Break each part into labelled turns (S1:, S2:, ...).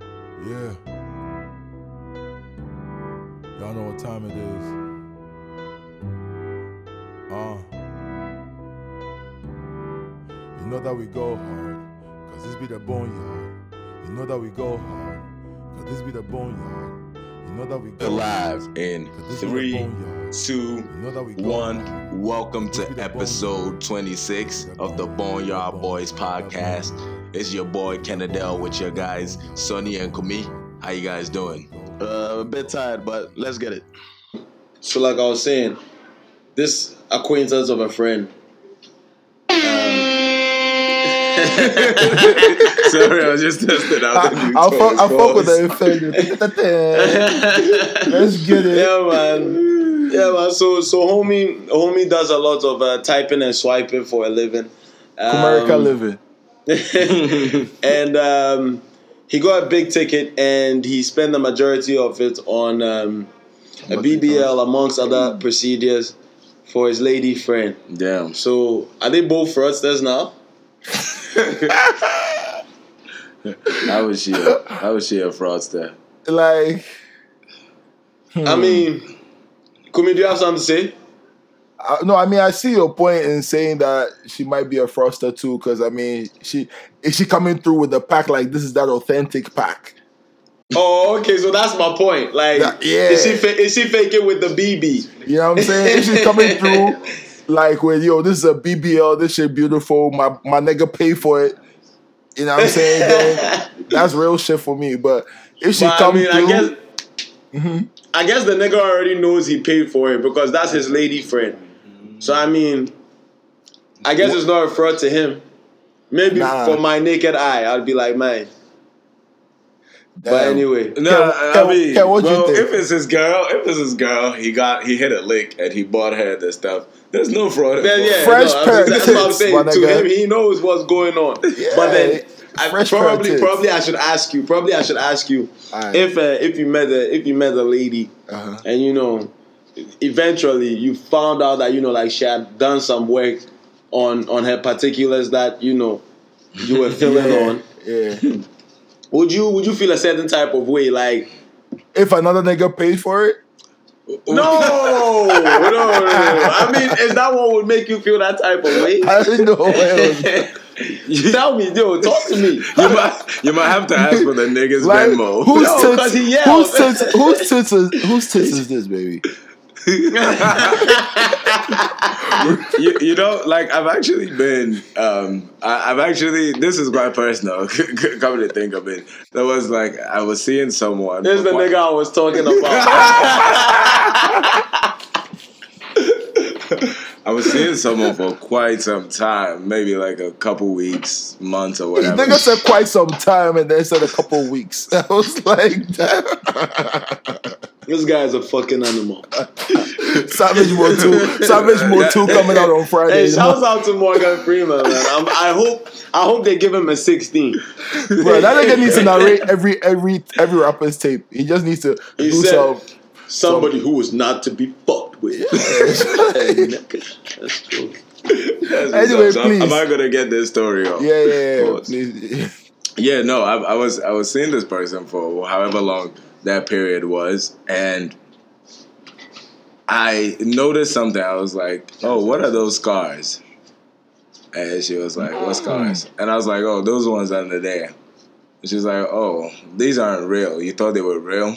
S1: Yeah. Y'all know what time it is. Uh. You know that we go hard, cause this be the boneyard. You know that we go hard, cause this be the boneyard. You know that we go
S2: Alive in
S1: hard, 'cause this be the
S2: three,
S1: boneyard.
S2: two,
S1: You know that we go hard.
S2: one. Welcome to episode 26 of the Boneyard Boys podcast. It's your boy Kennedale with your guys Sonny and Kumi. How you guys doing?
S3: Uh, a bit tired, but let's get it. So, like I was saying, this acquaintance of a friend. Um,
S2: Sorry, I was just testing out the new
S4: I, I, fuck, I fuck with
S2: protocols.
S4: that thing.
S3: yeah,
S4: Let's get it.
S3: man. Yeah, man. So, so homie, homie does a lot of uh, typing and swiping for a living. Um,
S4: America living.
S3: and um, he got a big ticket, and he spent the majority of it on um, a BBL, amongst other procedures, for his lady friend.
S2: Damn.
S3: So, are they both fraudsters now?
S2: How was she? A, how was she a fraudster?
S4: Like, hmm.
S3: I mean, Kumi, do you have something to say?
S4: I, no, I mean, I see your point in saying that she might be a froster too, because I mean, she is she coming through with a pack like this is that authentic pack.
S3: Oh, okay, so that's my point. Like,
S4: Yeah, yeah.
S3: is she fa- is she faking with the BB?
S4: You know what I'm saying? if she's coming through like with yo, this is a BBL, this shit beautiful, my my nigga pay for it. You know what I'm saying? Then that's real shit for me. But if she
S3: But I
S4: come
S3: mean,
S4: through,
S3: I guess. I guess the nigga already knows he paid for it because that's his lady friend. So I mean, I guess it's not a fraud to him. Maybe
S4: Nah.
S3: for my naked eye, I'd be like, man. But
S4: damn.
S3: anyway,
S2: No,
S4: Kel-
S2: I mean,
S4: Kel, what you
S2: well,
S4: think?
S2: if it's his girl, if it's his girl, he got he hit a lick and he bought her the stuff. There's no fraud.
S3: yeah, yeah,
S4: Fresh
S3: no, I mean,
S4: pair of
S3: that's what I'm
S4: tits,
S3: saying.
S4: my
S3: To
S4: nigga.
S3: him, he knows what's going on. But then, I,
S4: fresh pair of
S3: probably,
S4: tits.
S3: probably, I should ask you. Probably, I should ask you
S4: Alright.
S3: if uh, if you met a if you met a lady
S4: Uh-huh.
S3: and you know, eventually you found out that you know, like she had done some work on on her particulars that you know you were feeling on.
S4: Yeah.
S3: Would you would you feel a certain type of way? Like
S4: If another nigga paid for it,
S3: no, no, no, no. I mean, is that what would make you feel that type of way?
S4: I didn't know what else.
S3: Tell me, yo, talk to me.
S2: You might you might have to ask for the niggas
S4: Like,
S2: Venmo.
S4: whose
S3: No, 'cause
S4: tits?
S3: he yelled.
S4: Whose tits? Whose tits is? Whose tits is this, baby?
S2: you, you know, like I've actually been, um, I, I've actually, this is quite personal. Come to think of it, there was like I was seeing someone.
S3: This
S2: for
S3: is the
S2: quite-
S3: nigga I was talking about.
S2: I was seeing someone for quite some time, maybe like a couple weeks, months, or
S4: The
S2: whatever.
S4: nigga said quite some time, and then said a couple weeks. I was like, damn.
S3: this guy is a fucking animal.
S4: Savage Mode Two. Savage Mode Two coming out on Friday.
S3: Hey, shouts out to Morgan Freeman, man. I'm, I hope I hope they give him a 16.
S4: Bro, that nigga needs to narrate every every every rapper's tape. He just needs to
S3: He
S4: do
S3: said-
S4: some.
S3: Somebody who is not to be fucked with. That's true.
S2: That's what's
S4: Anyway,
S2: up. So am- Am
S4: please.
S2: I gonna get this story off?
S4: Yeah, yeah, yeah.
S2: Pause.
S4: Please.
S2: Yeah, no, I, I was I was seeing this person for however long that period was, and I noticed something. I was like, "Oh, what are those scars?" And she was like, "What scars?" And I was like, "Oh, those ones under there." And she's like, "Oh, these aren't real. You thought they were real."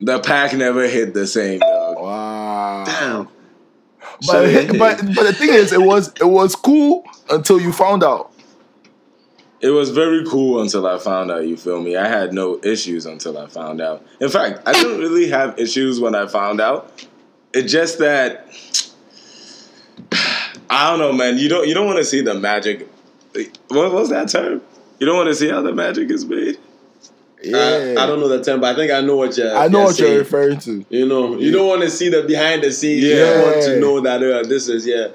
S2: The pack never hit the same. Dog.
S4: Wow.
S3: Damn.
S4: But,
S3: So-
S4: but but the thing is, it was it was cool until you found out.
S2: It was very cool until I found out. You feel me? I had no issues until I found out. In fact, I didn't really have issues when I found out. It's just that I don't know, man. You don't you don't want to see the magic. What was that term? You don't want to see how the magic is made.
S4: Yeah.
S3: I, I don't know the term, but I think I know what you're.
S4: I know what
S3: saying.
S4: you're referring to.
S3: You know, you don't want to see the behind the scenes. You
S2: Yeah.
S3: don't want to know that uh, this is yeah.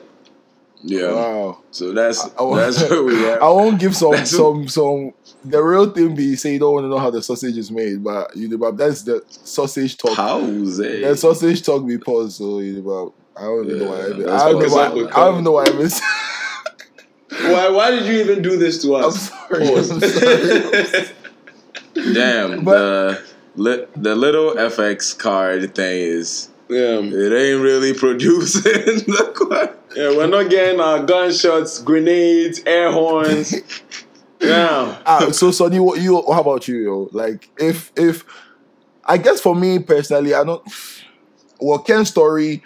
S2: Yeah.
S4: Wow.
S2: So that's
S4: I won't-
S2: that's where we
S4: I
S2: are.
S4: won't give some
S2: That's-
S4: some some. The real thing be say you don't want to know how the sausage is made, but you know, but that's the sausage talk.
S2: How's
S4: The
S2: it?
S4: sausage talk be paused, so you know, but I don't even know why. I,
S2: Yeah,
S4: even,
S2: that's
S4: I don't know
S2: what
S4: why.
S3: it's like.
S4: I don't even know why I missed.
S3: Why? Why did you even do this to
S4: I'm
S3: us?
S4: sorry. I'm sorry.
S2: Damn,
S4: But-
S2: the li- the little FX card thing is
S3: Yeah.
S2: it ain't really producing the quality.
S3: Yeah, we're not getting our gunshots, grenades, air horns. yeah.
S4: Ah, so Sonny, what you? How about you? Yo? Like, if if I guess for me personally, I don't. Well, Ken's story,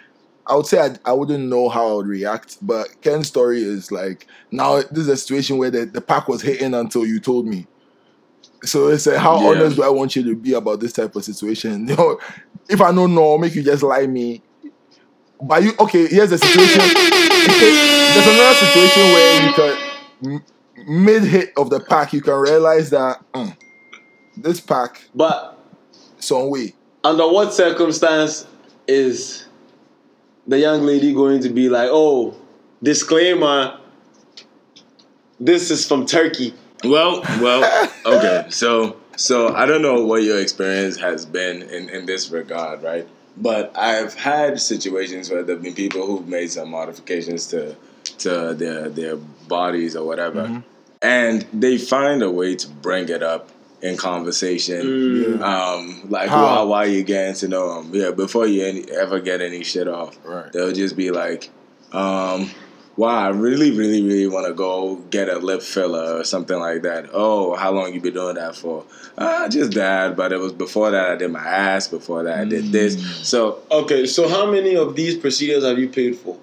S4: I would say I, I wouldn't know how I would react, but Ken's story is like now this is a situation where the, the pack was hitting until you told me. So it's like, how
S2: Yeah.
S4: honest do I want you to be about this type of situation? You know, if I don't know, make you just lie me. But you okay? Here's the situation. There's another situation where you can m- mid hit of the pack, you can realize that mm, this pack
S3: But
S4: some way.
S3: under what circumstance is the young lady going to be like, oh, disclaimer, this is from Turkey?
S2: Well, well, okay. So, so I don't know what your experience has been in in this regard, right? But I've had situations where there've been people who've made some modifications to to their their bodies or whatever, and they find a way to bring it up in conversation. Um, like,
S4: How?
S2: well, why you getting to know them? Yeah, before you any, ever get any shit off,
S4: Right.
S2: they'll just be like, um, wow, I really, really, really want to go get a lip filler or something like that. Oh, how long you been doing that for? Ah, I just died, but it was before that I did my ass, before that I did this. So,
S3: Okay, so how many of these procedures have you paid for?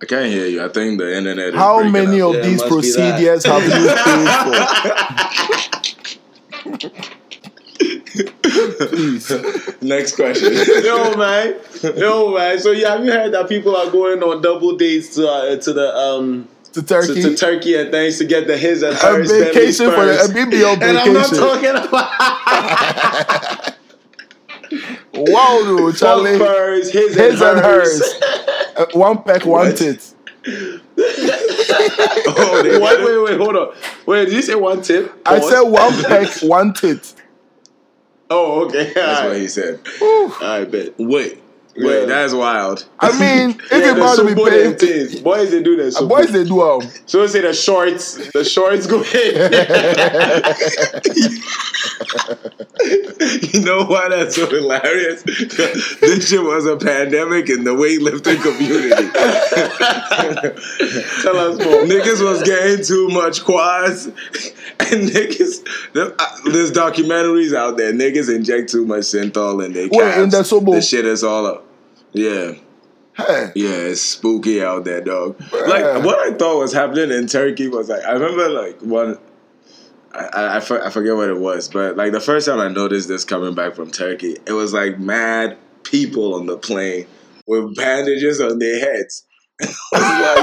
S2: I can't hear you. I think the internet is
S4: How
S2: breaking
S4: many
S2: up.
S4: of
S3: Yeah,
S4: these
S3: must be that.
S4: procedures have you paid for? Please.
S2: Next question.
S3: Yo man, yo man. So yeah, have you heard that people are going on double dates to uh, to the um
S4: To
S3: to,
S4: Turkey.
S3: to Turkey and things to get the his and
S4: a
S3: hers Bentley's
S4: vacation for the,
S3: first.
S4: a BBL
S3: And I'm not
S4: vacation.
S3: talking about
S4: wow, dude, Charlie.
S3: fuck first, his,
S4: His
S3: and
S4: and
S3: hers.
S4: hers. Uh, one peck, one
S2: What?
S4: tit.
S2: oh, they
S3: Wait,
S2: got it?
S3: wait, wait, hold on. Wait, did you say one tip?
S4: I
S3: Pause.
S4: said one peck, one tit.
S3: Oh, okay.
S2: That's what
S3: All
S2: he said.
S3: right, bet.
S2: Wait,
S3: Yeah.
S2: wait, that's wild.
S4: I mean, if
S3: Yeah,
S4: you're
S3: the
S4: about to be
S3: Sumbo them
S4: paid,
S3: things. Boys, they do that. Sumbo.
S4: boys, they do um,
S3: So they say the shorts, the shorts go in.
S2: You know why that's so hilarious? this shit was a pandemic in the weightlifting community.
S3: Tell us more.
S2: niggas was getting too much quads, and niggas. the- uh, There's documentaries out there. Niggas inject too much synthol in their
S4: Wait,
S2: calves.
S4: in the Sobo?
S2: The shit is all up. Yeah.
S4: hey,
S2: Yeah, it's spooky out there, dog. Like what I thought was happening in Turkey was like I remember like one. I, I, I for- I forget what it was, but like the first time I noticed this coming back from Turkey, it was like mad people on the plane with bandages on their heads. I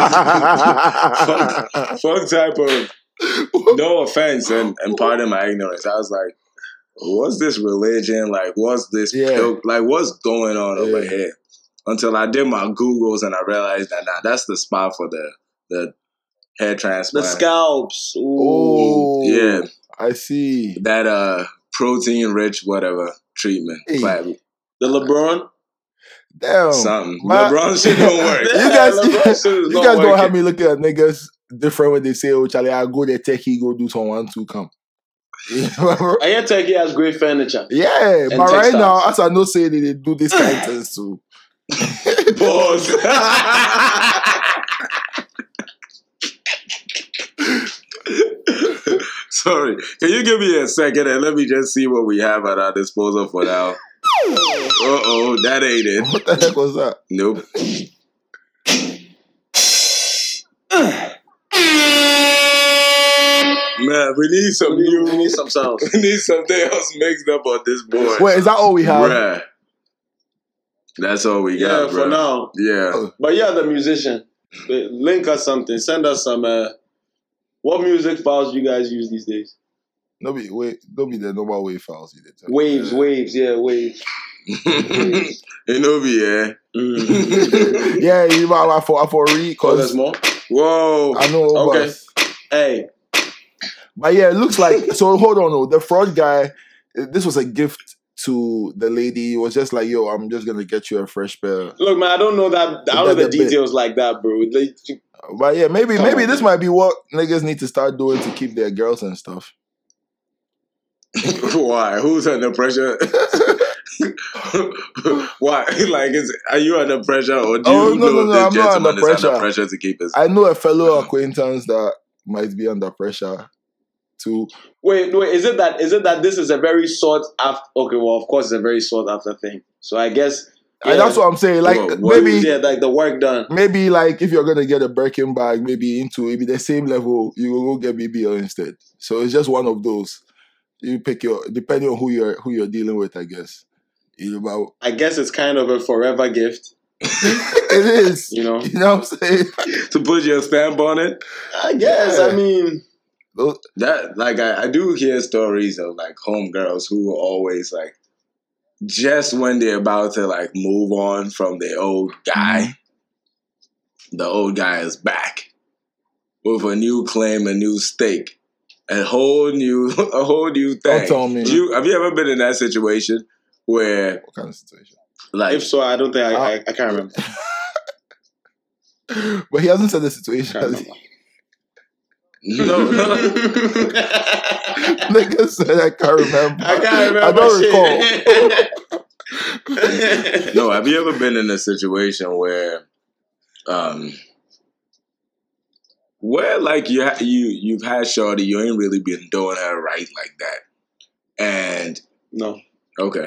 S2: was like, fuck, fuck type of. No offense, and, and pardon my ignorance. I was like, what's this religion? Like, what's this?
S4: Yeah.
S2: pil- like, what's going on over
S4: Yeah.
S2: here? Until I did my Googles and I realized that nah, that's the spot for the the hair
S3: The
S2: transplant.
S3: scalps. Ooh.
S4: oh,
S2: Yeah,
S4: I see.
S2: that uh protein rich whatever treatment
S4: Hey.
S2: plan
S3: The LeBron.
S4: Damn,
S2: something.
S4: my-
S2: LeBron shit don't work.
S4: You guys,
S3: LeBron shit is
S4: you
S3: not
S4: guys don't
S3: working.
S4: have me looking at niggas different when they say, "Oh, Charlie, I go there, techie, go do some one two come."
S3: I hear Turkey has great furniture.
S4: yeah, but right
S3: textiles.
S4: now, as I know, say they, they do this kind of things too.
S2: Pause. Sorry, can you give me a second and let me just see what we have at our disposal for now? Uh oh, that ain't it.
S4: What the heck was that?
S2: Nope. Man, we need some
S3: We need, we
S2: new.
S3: need some sounds.
S2: We need something else mixed up on this board.
S4: Wait, is that all we have?
S2: Bruh. That's all we
S3: Yeah,
S2: got,
S3: for
S2: bruh.
S3: now.
S2: Yeah.
S4: Oh.
S3: But yeah, the musician. Link us something. Send us some. Uh, what music files do you guys use these days?
S4: No be wait, no be the normal wave files. You did.
S3: Waves, waves, yeah, waves. waves.
S2: Inobi, yeah.
S3: Mm.
S2: eh?
S4: Yeah, you know, I for I for read
S3: Oh, there's
S4: cause
S3: more.
S2: Whoa.
S4: I know.
S3: Okay.
S4: but-
S3: Hey,
S4: But yeah, it looks like so. Hold on, though. the fraud guy. This was a gift to the lady. It was just like, yo, I'm just gonna get you a fresh pair.
S3: look, man, I don't know that. I don't know
S4: That's
S3: the
S4: a bit.
S3: details like that, bro. Like,
S4: But yeah, maybe
S2: Come
S4: maybe
S2: on,
S4: this
S2: man.
S4: might be what niggas need to start doing to keep their girls and stuff.
S2: Why? Who's under pressure? Why? Like, is are you under pressure, or do
S4: Oh,
S2: you
S4: no,
S2: know
S4: no, no,
S2: this
S4: I'm not
S2: gentleman
S4: under
S2: is under
S4: pressure.
S2: pressure to keep his?
S4: I know a fellow acquaintance that might be under pressure to
S3: Wait, wait, is it that is it that this is a very sought after okay, well of course it's a very sought after thing. So I guess
S4: and that's what I'm saying. Like
S2: Whoa, what
S4: maybe
S3: yeah, like the work done.
S4: maybe like if you're gonna get a Birkin bag, maybe into it be the same level, you will go get BBL instead. So it's just one of those. You pick your depending on who you're who you're dealing with, I guess. It's about
S3: I guess it's kind of a forever gift,
S4: it is.
S3: you know.
S4: You know what I'm saying?
S2: to put your stamp on it.
S3: I guess
S4: Yeah.
S3: I mean
S4: Those-
S2: That like I, I do hear stories of like homegirls who are always like just when they're about to like move on from the old guy, the old guy is back with a new claim, a new stake, a whole new a whole new
S4: Don't
S2: thing.
S4: tell me.
S2: Do you have you ever been in that situation where
S4: What kind of situation?
S2: like
S3: if so I don't think I, I, I can't remember.
S4: But he hasn't said the situation.
S3: Can't
S4: has he?
S3: remember.
S2: no, no
S4: Nigga said I can't remember.
S3: I can't remember.
S4: I don't recall.
S3: shit. recall.
S2: no have you ever been in a situation where um where like you ha- you you've had shorty you ain't really been doing her right like that and
S3: no.
S2: okay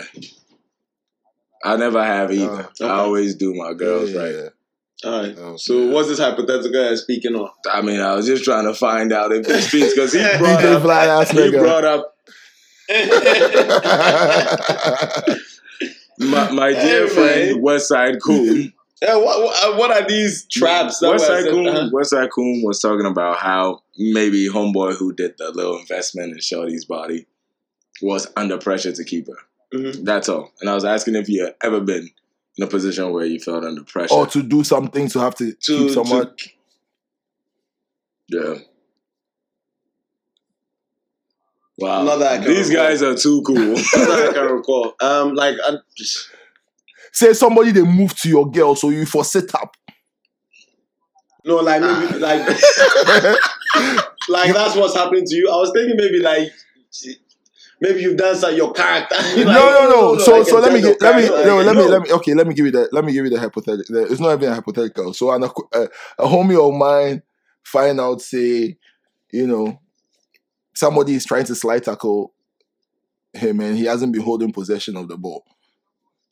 S2: i never have either
S3: Oh, okay.
S2: i always do my girls
S4: Uh, Yeah,
S2: right
S3: All right.
S4: yeah.
S3: So what's this hypothetical I'm speaking on?
S2: i mean i was just trying to find out if this streets because he brought
S4: DJ
S2: up
S4: fly ass
S2: he
S4: nigga.
S2: brought up
S4: I
S2: my, my
S3: Hey,
S2: dear
S3: man.
S2: friend Westside Coon.
S3: Yeah, what, uh, what, what are these traps? That was-
S2: Westside Coon.
S3: uh-huh.
S2: Westside Coon was talking about how maybe homeboy who did the little investment in Shorty's body was under pressure to keep her.
S3: Mhm.
S2: That's all. And I was asking if you had ever been in a position where you felt under pressure.
S4: or to do something to have to,
S3: To,
S4: keep someone.
S3: to-
S2: yeah. Wow.
S3: Not that I can
S2: These
S3: recall.
S2: guys are too cool.
S3: that I can recall. Um, like I'm just,
S4: Say somebody they move to your girl, so you for sit up.
S3: no, like maybe like like that's what's happening to you. I was thinking maybe like maybe you've done some your character.
S4: no,
S3: Like,
S4: no, no. So,
S3: I can
S4: so let
S3: tell
S4: me
S3: your
S4: get, let me,
S3: character,
S4: no,
S3: like,
S4: let me,
S3: no.
S4: let me. Okay, let me give you that. Let me give you the hypothetical. the- It's not even a hypothetical. So, an, acqu- a, a homie of mine find out, say, you know, somebody is trying to slide tackle him, and he hasn't been holding possession of the ball.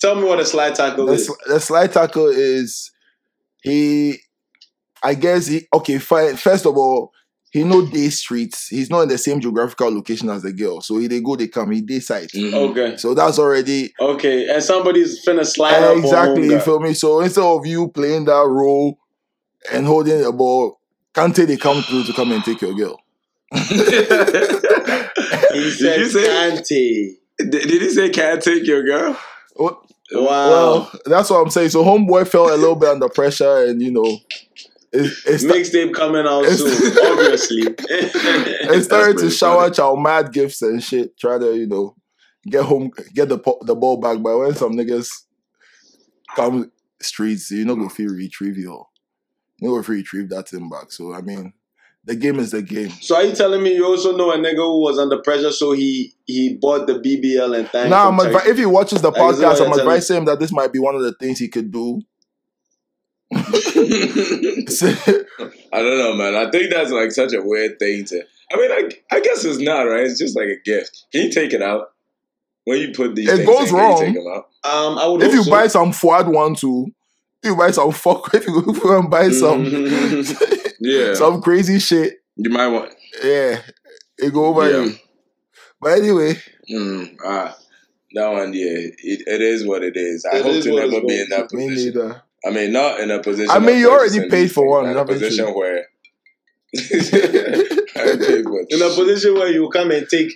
S3: Tell me what a slide tackle
S4: The,
S3: is.
S4: sl- the slide tackle is he. I guess he okay. Fine. First of all, he know day streets. He's not in the same geographical location as the girl, so he they go, they come, he day site.
S3: Mm.
S2: Mhm.
S3: Okay,
S4: So that's already
S3: okay, and somebody's finna slide
S4: Yeah,
S3: up on
S4: Eh, exactly. You
S3: homegirl.
S4: feel me? So instead of you playing that role and holding the ball, Kante they come through to come and take your girl.
S3: Oh. He
S2: did
S3: said,
S2: you say?
S3: "Kante."
S2: Did, did he say can't take your girl?
S4: Well,
S3: Wow.
S4: well, that's what I'm saying. So homeboy felt a little bit under pressure, and you know, it, it, sta-
S3: Mixtape coming out
S4: It's-
S3: soon, obviously.
S4: it started to
S2: pretty
S4: shower
S2: funny.
S4: child mad gifts and shit. Try to you know get home, get the po- the ball back. But when some niggas come streets, you know, go feel retrieve your, you know, go free retrieve that thing back. So I mean, the game is the game.
S3: so are you telling me you also know a nigga who was under pressure, so he he bought the BBL and thanked
S4: Nah,
S3: from
S4: I'm advi-
S3: Turkey?
S4: if he watches the
S3: Like, is that what
S4: podcast, I'm
S3: you're telling
S4: advising him that this might be one of the things he could do.
S2: I don't know, man. I think that's like such a weird thing to. I mean, I, I guess it's not right. It's just like a gift. Can you take it out when you put these?
S4: It
S2: things
S4: goes
S2: in,
S4: wrong.
S2: Can you take them out.
S3: Um, I would
S4: if
S3: hope
S4: you
S3: so.
S4: buy some Fuad one two, if you buy some fuck, if you go and
S3: Mm-hmm.
S4: buy some
S2: Yeah,
S4: some crazy shit,
S2: you might want.
S4: yeah, it go over
S2: Yeah.
S4: you. But anyway,
S2: Mm, ah, that one. Yeah, it, it is what it is. I
S3: It
S2: hope
S3: is
S2: to
S3: what it's
S2: never
S3: going
S2: be in that
S4: me
S2: position.
S4: neither.
S2: I mean, not in a position.
S4: I mean,
S2: of
S4: you already
S2: purchasing
S4: paid
S2: these
S4: for one,
S2: things, but In a
S4: haven't you?
S2: position where. I paid for
S3: In a position where you come and take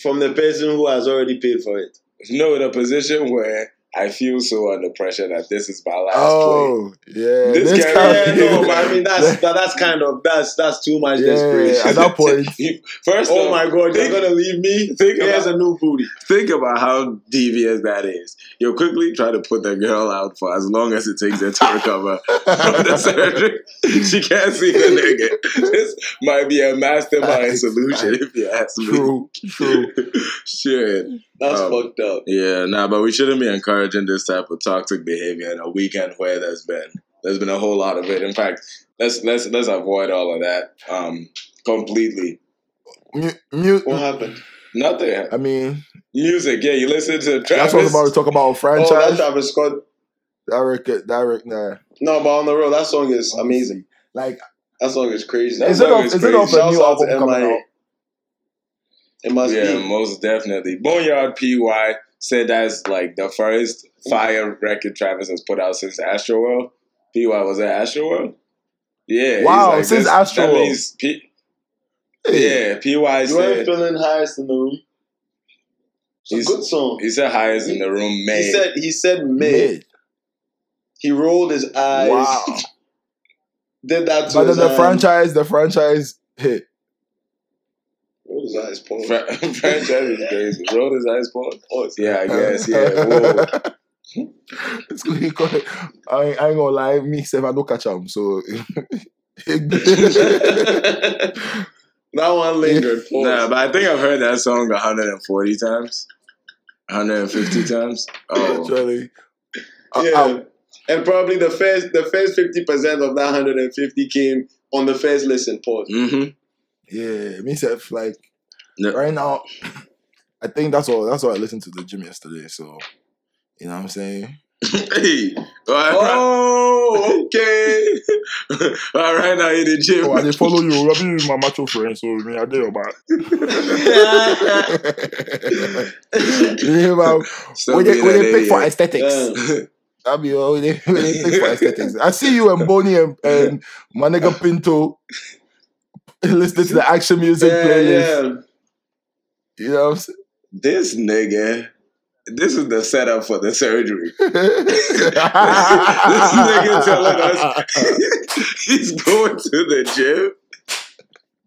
S3: from the person who has already paid for it.
S2: no, in a position where I feel so under pressure that this is my last play.
S4: Oh, yeah.
S2: This guy-
S3: Yeah,
S2: Yeah,
S3: no, but I mean that's that, that's kind of that's that's too much
S4: yeah,
S3: desperation.
S4: at that point,
S2: You- First,
S3: Oh
S2: off,
S3: my god,
S2: think,
S3: you're gonna leave me?
S2: think
S3: Here's
S2: about-
S3: a new booty.
S2: think about how devious that is. You'll quickly try to put the girl out for as long as it takes her to recover from the surgery. She can't see the nigga. This might be a mastermind solution if you ask me.
S4: true, true.
S2: Shit.
S3: That's
S2: Um,
S3: fucked up.
S2: Yeah, nah, but we shouldn't be encouraging this type of toxic behavior in a weekend where there's been there's been a whole lot of it. In fact, let's let's let's avoid all of that um completely.
S4: Mu- mu-
S3: What happened?
S2: Nothing.
S4: I mean,
S2: Music, yeah, you listen to
S4: that's
S2: Travis.
S4: what I'm about to talk about.
S3: Oh, that
S4: Franchise,
S3: Travis Scott.
S4: direct, direct, nah.
S3: No, but on the road, that song is amazing.
S4: Like,
S3: That song is crazy.
S2: That
S4: is it
S2: song
S4: off?
S2: is
S4: Is it
S2: crazy.
S4: off a
S3: Shouts
S4: new
S3: out to
S4: album coming
S3: MIA.
S4: out?
S3: It must
S2: yeah,
S3: be.
S2: most definitely. Boneyard PY said that's like the first fire record Travis has put out since Astroworld. PY was that Astroworld? Yeah. he's
S4: Wow, since
S2: this- That
S4: Astroworld.
S2: means P-
S4: Hey,
S2: yeah, PY
S3: You ain't
S2: said
S3: feeling highest in the room. It's a
S2: He's-
S3: good song.
S2: he said highest in the room, man.
S3: He said he said mid.
S4: mid.
S3: He rolled his eyes.
S4: Wow.
S3: Did that to
S4: But
S3: his
S4: then the
S3: hand.
S4: franchise, the franchise hit.
S3: Rolled his eyes, Paul.
S2: Fra- franchise is Uh, crazy. Roll his eyes, Paul. Yeah, I guess. Yeah. Whoa.
S4: It's good. he called it- I, ain't- I ain't gonna lie, me self, I don't catch him. So
S3: that one lingered. Pause.
S2: Nah, but I think I've heard that song 140 times, 150 times. Oh,
S4: Actually, I-
S3: yeah.
S4: I-
S3: uh, and probably the first the first fifty percent of that hundred and fifty came on the first listen. Pause.
S2: hmm
S4: yeah, me self, like
S2: No.
S4: right now, I think that's all. That's all I listened to the gym yesterday. So you know what I'm saying.
S2: hey. All right,
S3: Oh,
S2: okay. All right, now in the gym.
S4: Oh, I did follow you. Robin is my macho friend, so me I did about. you hear about
S2: Stop
S4: when they,
S2: being
S4: when
S2: an
S4: they pick for
S2: idiot.
S4: aesthetics.
S3: Damn.
S4: I mean, oh, when they, when they pick for aesthetics. I see you and Boney and, and my nigga Pinto listening to the action music
S3: yeah,
S4: playlist.
S3: yeah.
S4: You know what I'm saying?
S2: This nigga, this is the setup for the surgery.
S4: this
S2: nigga telling us- He's going to the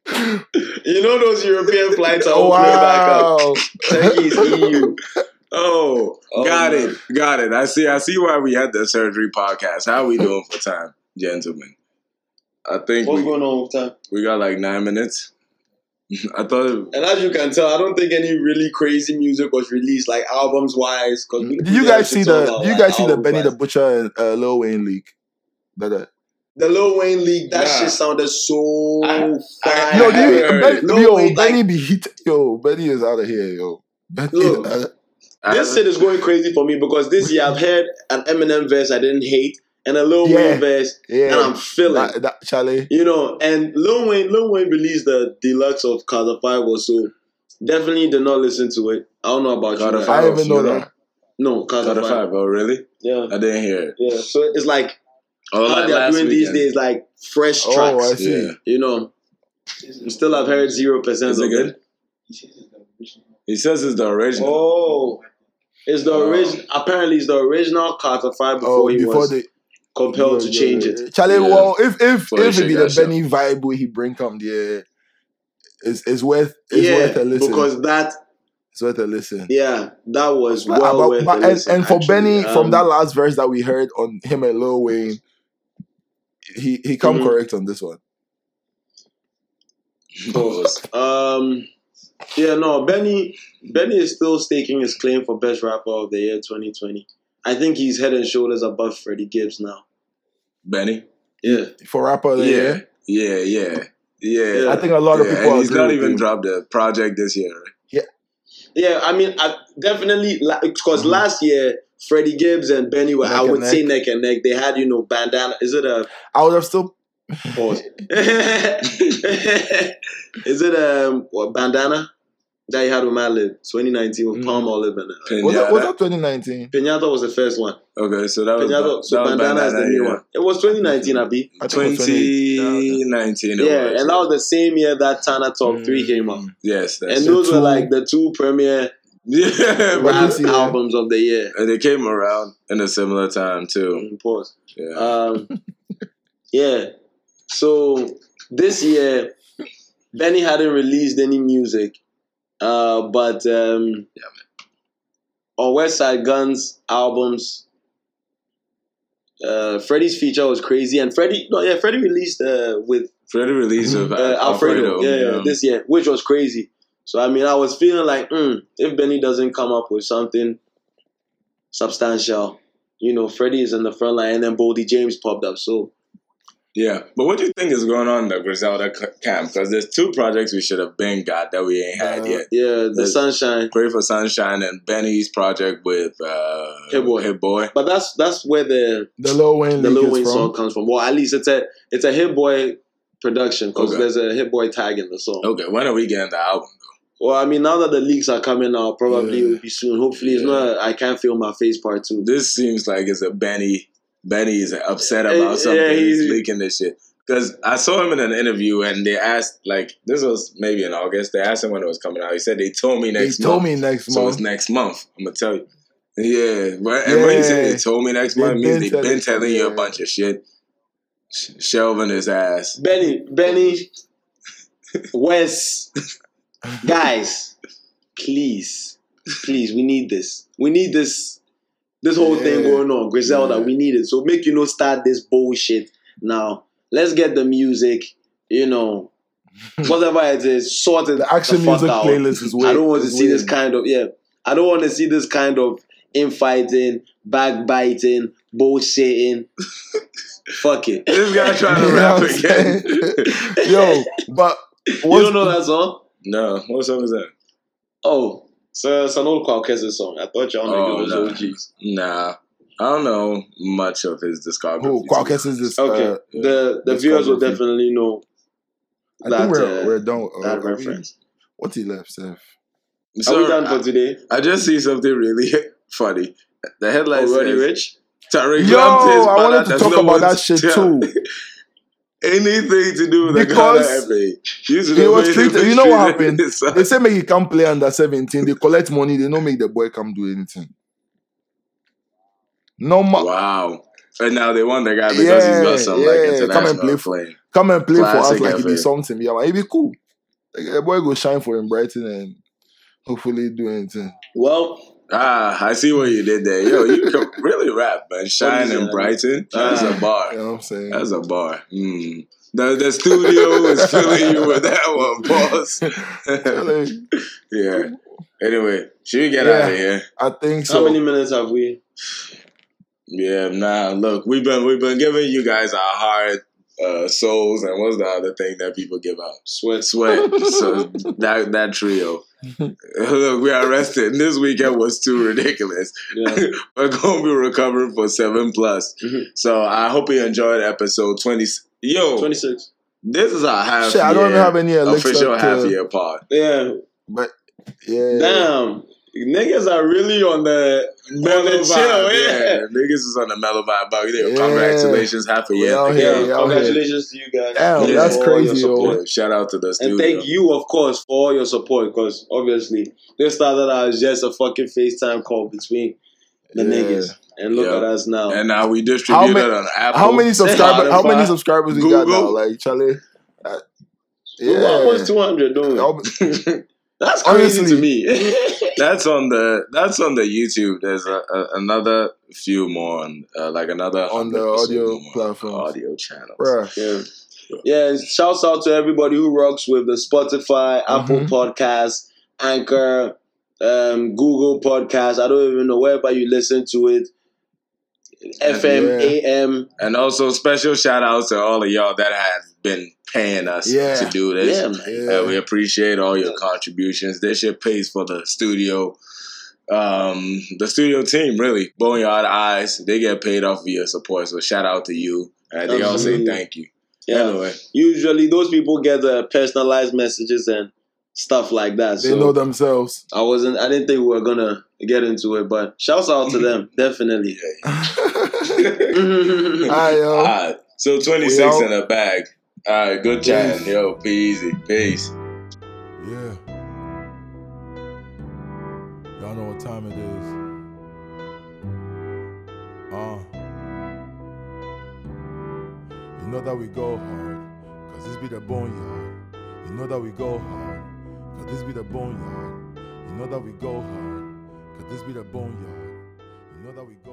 S2: gym.
S3: You know those European flights are all the way back up.
S4: wow.
S3: Turkey is E EU.
S2: Oh,
S3: Oh,
S2: got
S3: man.
S2: it, got it. I see. I see why we had the surgery podcast. How we doing for time, gentlemen? I think
S3: What's
S2: we,
S3: going on with time?
S2: we got like nine minutes. I thought.
S3: And as you can tell, I don't think any really crazy music was released, like albums wise. Because
S4: Did Mm. you guys see the? Did you guys see the Benny the Butcher and uh, Lil Wayne leak? That, that.
S3: The Lil Wayne leak, that
S2: Nah.
S3: shit sounded so
S2: I-
S3: fire.
S2: I-
S4: Yo, do you,
S2: heard.
S4: Benny,
S3: Lil
S4: yo,
S3: Wayne, like-
S4: Benny be hit. Yo, Benny is out of here. Yo, Benny
S3: Look.
S4: is uh, outta-
S3: this
S2: I-
S3: shit is going crazy for me because this year I've heard an Eminem verse I didn't hate and a Lil
S4: Yeah.
S3: Wayne verse and
S4: yeah,
S3: I'm feeling.
S4: that, that Charlie.
S3: You know, and Lil Wayne, Lil Wayne released the deluxe of Carter Five or so. Definitely did not listen to it. I don't know about
S2: Carter
S3: you.
S4: I
S2: Five.
S3: man.
S4: didn't even know
S2: you know?
S4: that.
S3: No, Carter
S2: Out
S3: Five.
S2: of five. Oh, really?
S3: Yeah,
S2: I didn't hear it.
S3: yeah. So it's like
S2: Oh,
S3: how
S2: like
S3: they are
S2: last
S3: doing these
S2: weekend.
S3: days, like fresh
S4: Oh, I
S3: tracks.
S4: see.
S2: Yeah.
S3: You know, still I've heard zero percent.
S2: Is it
S3: of
S2: good? He says it's the original.
S3: Oh, it's the
S2: Oh.
S3: original. Apparently, it's the original Carter Five before
S4: oh,
S3: he
S4: before
S3: was
S4: they
S3: compelled to change it.
S4: Charlie,
S2: Yeah.
S4: well, if if
S2: Before they
S4: if it be
S2: shake
S4: the
S2: that
S4: Benny vibe where he bring come, yeah, it's it's worth it's worth a listen.
S3: because that
S4: it's worth a listen.
S3: yeah, that was
S4: But-
S3: well
S4: but-
S3: worth
S4: but-
S3: a
S4: and,
S3: listen,
S4: and for
S3: actually.
S4: Benny,
S3: Um,
S4: from that last verse that we heard on him and Lil Wayne, he he come
S3: Mhm.
S4: correct on this one.
S3: Oh.
S2: Pause.
S3: Um, yeah, no, Benny. Benny is still staking his claim for best rapper of the year 2020. I think he's head and shoulders above Freddie Gibbs now.
S2: Benny.
S3: Yeah,
S4: For rapper, yeah,
S2: Yeah. Yeah. Yeah. Yeah.
S3: Yeah.
S4: I think a lot of
S2: Yeah,
S4: people.
S2: and he's
S4: agree
S2: not
S4: with
S2: even
S4: you.
S2: dropped a project this year. Right?
S3: yeah. I mean, I definitely because
S4: Mhm.
S3: last year Freddie Gibbs and Benny were,
S4: Neck
S3: I
S4: and
S3: would
S4: neck.
S3: say, neck and neck. They had, you know, bandana. Is it uh, a
S4: I would have still.
S3: pause? is it um what, bandana that you had with Madlib 2019 with
S2: Mm.
S4: Mhm.
S3: Palm Olive and uh,
S4: Was that, was
S2: Pinata.
S4: that 2019?
S3: Pinata was the first one.
S2: Okay, so that was,
S3: Pinata,
S2: that
S3: so
S2: was
S3: bandana, is the new
S2: yeah.
S3: one. It was 2019, Abi.
S4: I think it was 28. Yeah, okay.
S2: 2019. it
S3: Yeah,
S2: was.
S3: and that was the same year that Tana Top 3 came out.
S4: Mm.
S2: yes, that's
S3: and
S2: true.
S3: those
S4: The
S3: were
S4: two-
S3: like the two premier
S2: Yeah,
S4: But
S2: man.
S3: Rap
S4: this year-
S3: albums of the year.
S2: And it came around in a similar time too.
S3: Pause.
S2: Yeah.
S3: Um, yeah. So this year, Benny hadn't released any music, uh, but um, on West Side Guns albums, uh, Freddie's feature was crazy, and Freddie, no, yeah, Freddie released uh, with
S2: Freddie release of
S3: uh, Alfredo, yeah, this year, which was crazy. So I mean, I was feeling like, mm, if Benny doesn't come up with something substantial, you know, Freddie is in the front line, and then Boldy James popped up. So
S2: Yeah, but what do you think is going on in the Griselda c- camp? Because there's two projects we should have been got that we ain't had
S3: Uh-huh.
S4: Uh,
S2: yet.
S3: yeah, the
S2: That's-
S3: sunshine.
S2: Pray for Sunshine and Benny's project with uh,
S3: Hit Boy.
S2: Hit Boy.
S3: But that's that's where the
S4: The Lil Wayne
S3: the
S4: leak
S3: Lil
S4: is
S3: Wayne
S4: from.
S3: song comes from. Well, at least it's a it's a Hit Boy production because
S2: Okay. Oh.
S3: there's a Hit Boy tag in the song.
S2: Okay, when are we getting the album?
S3: Well, I mean, now that the leaks are coming out, probably
S4: Yeah.
S3: it will be soon. Hopefully, it's
S2: Yeah.
S3: not. I can't feel my face part two.
S2: This seems like it's a Benny. Benny is upset
S3: Eh,
S2: about
S3: yeah,
S2: something. he's,
S3: he's-
S2: leaking this shit. Because I saw him in an interview and they asked, like, this was maybe in August. They asked him when it was coming out. He said, they told me
S4: They
S2: next month.
S4: told me next
S2: So
S4: month.
S2: it's next month. I'm gonna tell you. Yeah, right. And when you say they
S4: Yeah.
S2: told me next
S4: They've
S2: month, it means
S4: been
S2: they've been
S4: telling-
S2: telling you a
S4: yeah.
S2: bunch of shit, Sh- shelving his ass.
S3: Benny, Benny, Wes, guys, please, please, we need this. We need this. This whole thing
S4: Yeah.
S3: going on, Griselda.
S2: Yeah.
S3: We need it. So make you know start this bullshit now. Let's get the music. You know, whatever it is, sorted.
S4: The action
S3: fuck
S4: music
S3: out.
S4: playlist is weird.
S3: I don't want to
S4: is
S3: see this
S4: weird.
S3: kind of yeah. I don't want to see this kind of infighting, backbiting, bullshitting. Fuck it.
S2: This guy trying to
S4: You know
S2: rap
S4: what I'm
S2: again.
S4: Yo, but
S3: you
S4: what's
S3: don't know that song?
S2: no, what song is that?
S3: Oh, so it's an old Kwakesa song. I thought y'all
S2: Oh,
S3: niggas
S2: nah.
S3: was OGs.
S2: Nah, I don't know much of his discography.
S4: who? Qualcast is this?
S3: Okay,
S4: uh,
S3: the the
S4: that's
S3: viewers will
S4: called Goofy.
S3: definitely know
S4: I
S3: that
S4: think we're
S3: uh,
S4: we're done. Uh,
S3: that
S4: are we-
S3: reference.
S4: what he left, Seth?
S3: Are
S2: So, uh,
S3: we done for today?
S2: I, I just see something really funny. The headline
S3: Already
S2: says
S3: rich.
S2: Tariq
S4: Yo,
S2: loved his
S4: I
S2: brother
S4: wanted to
S2: does
S4: talk
S2: not
S4: about
S2: want
S4: that
S2: to
S4: shit
S2: tell
S4: too.
S2: Anything to do with
S4: Because
S2: the Ghana FA. Used to
S4: He
S2: the
S4: was
S2: way they
S4: treated-
S2: were
S4: you know what
S2: treating
S4: happened?
S2: his son.
S4: They say make he can't play under seventeen. They collect money. They don't make the boy come do anything. Normal.
S2: Wow. And now they want the guy because he's
S4: Yeah,
S2: got some like
S4: yeah.
S2: international
S4: Come and play for-
S2: playing.
S4: Come and play for us
S2: Classic
S4: like he
S2: FA.
S4: be something. Yeah, man, he be cool. Like, the boy go shine for him Brighton and hopefully do anything.
S3: Well,
S2: Ah, I see what you did there. Yo, you can really rap, man. Shine
S3: is
S2: and
S3: that?
S2: Brighton. That's a
S4: You
S2: bar.
S4: know what I'm saying?
S2: That's a bar. Mm. The, the studio is filling you with that one, boss.
S4: Like,
S2: yeah. Anyway, should we get
S4: Yeah.
S2: out of here?
S4: I think
S3: how
S4: so.
S3: many minutes have we?
S2: Yeah, nah. Look, we've been we've been giving you guys our hard uh, souls, and what's the other thing that people give out?
S3: Sweat.
S2: sweat. so that that trio. Look, we are rested. This weekend was too ridiculous.
S3: Yeah.
S2: We're gonna be recovering for seven plus.
S3: Mhm.
S2: So I hope you enjoyed episode twenty. Yo,
S3: Twenty six.
S2: this is our half.
S4: Shit, I don't
S2: year-
S4: have any Alexa.
S2: official
S4: to-
S2: half year pod.
S3: Yeah.
S4: But yeah,
S3: Damn. Niggas are really on the on the chill. Yeah.
S2: niggas is on the mellow vibe. But yeah,
S4: Yeah.
S2: congratulations, half a
S4: We
S2: year.
S4: out
S2: Thank
S4: here,
S2: you.
S4: we out
S3: Congratulations to you guys.
S4: oh, Damn,
S3: for
S2: that's
S3: all your
S4: crazy, yo.
S3: support.
S2: Yeah, shout out to the studio.
S3: And thank you, of course, for all your support. Because obviously, this started out as just a fucking FaceTime call between the
S4: Yeah.
S3: niggas, and look
S2: Yeah.
S3: at us now.
S2: And now we distribute
S4: Um, ma-
S2: it on Apple.
S4: How many subscribers? How many
S2: Spotify,
S4: subscribers we got
S2: Google.
S4: now? Like Charlie, uh,
S3: We're almost
S4: yeah.
S3: two hundred, don't we?
S4: Almost-
S3: That's crazy
S4: Honestly.
S3: to me.
S2: That's on the that's on the YouTube. There's a, a, another few more on uh, like another
S4: On the
S2: 100
S4: audio
S2: more on the
S4: platforms.
S2: audio channels.
S4: Bruh.
S3: yeah. Yeah, and shouts out to everybody who rocks with the Spotify, Apple
S4: Mhm.
S3: Podcasts, Anchor, um, Google Podcasts. I don't even know wherever you listen to it. FM,
S4: Yeah.
S3: AM.
S2: And also special shout outs to all of y'all that have been paying us
S4: Yeah.
S2: to do this.
S3: Yeah, man.
S4: Yeah.
S2: Uh, we appreciate all your contributions. This shit pays for the studio, um, the studio team really. Boneyard Eyes, they get paid off of your support. So shout out to you. Uh, they all say
S3: Absolutely.
S2: thank you.
S3: Yeah.
S2: Anyway,
S3: Usually those people get uh, personalized messages and stuff like that.
S4: they
S3: so
S4: know themselves.
S3: I wasn't I didn't think we were gonna get into it, but shouts out to them, definitely.
S4: Aye, yo.
S2: all right. So twenty
S4: We
S2: six
S4: out.
S2: in a bag. All right, good chatting, yo. Be easy, peace.
S1: Yeah. time it is. Uh. You know that we go hard, cause this be the boneyard. You know that we go hard, cause this be the boneyard. You know that we go hard, cause this be the boneyard. You know that we go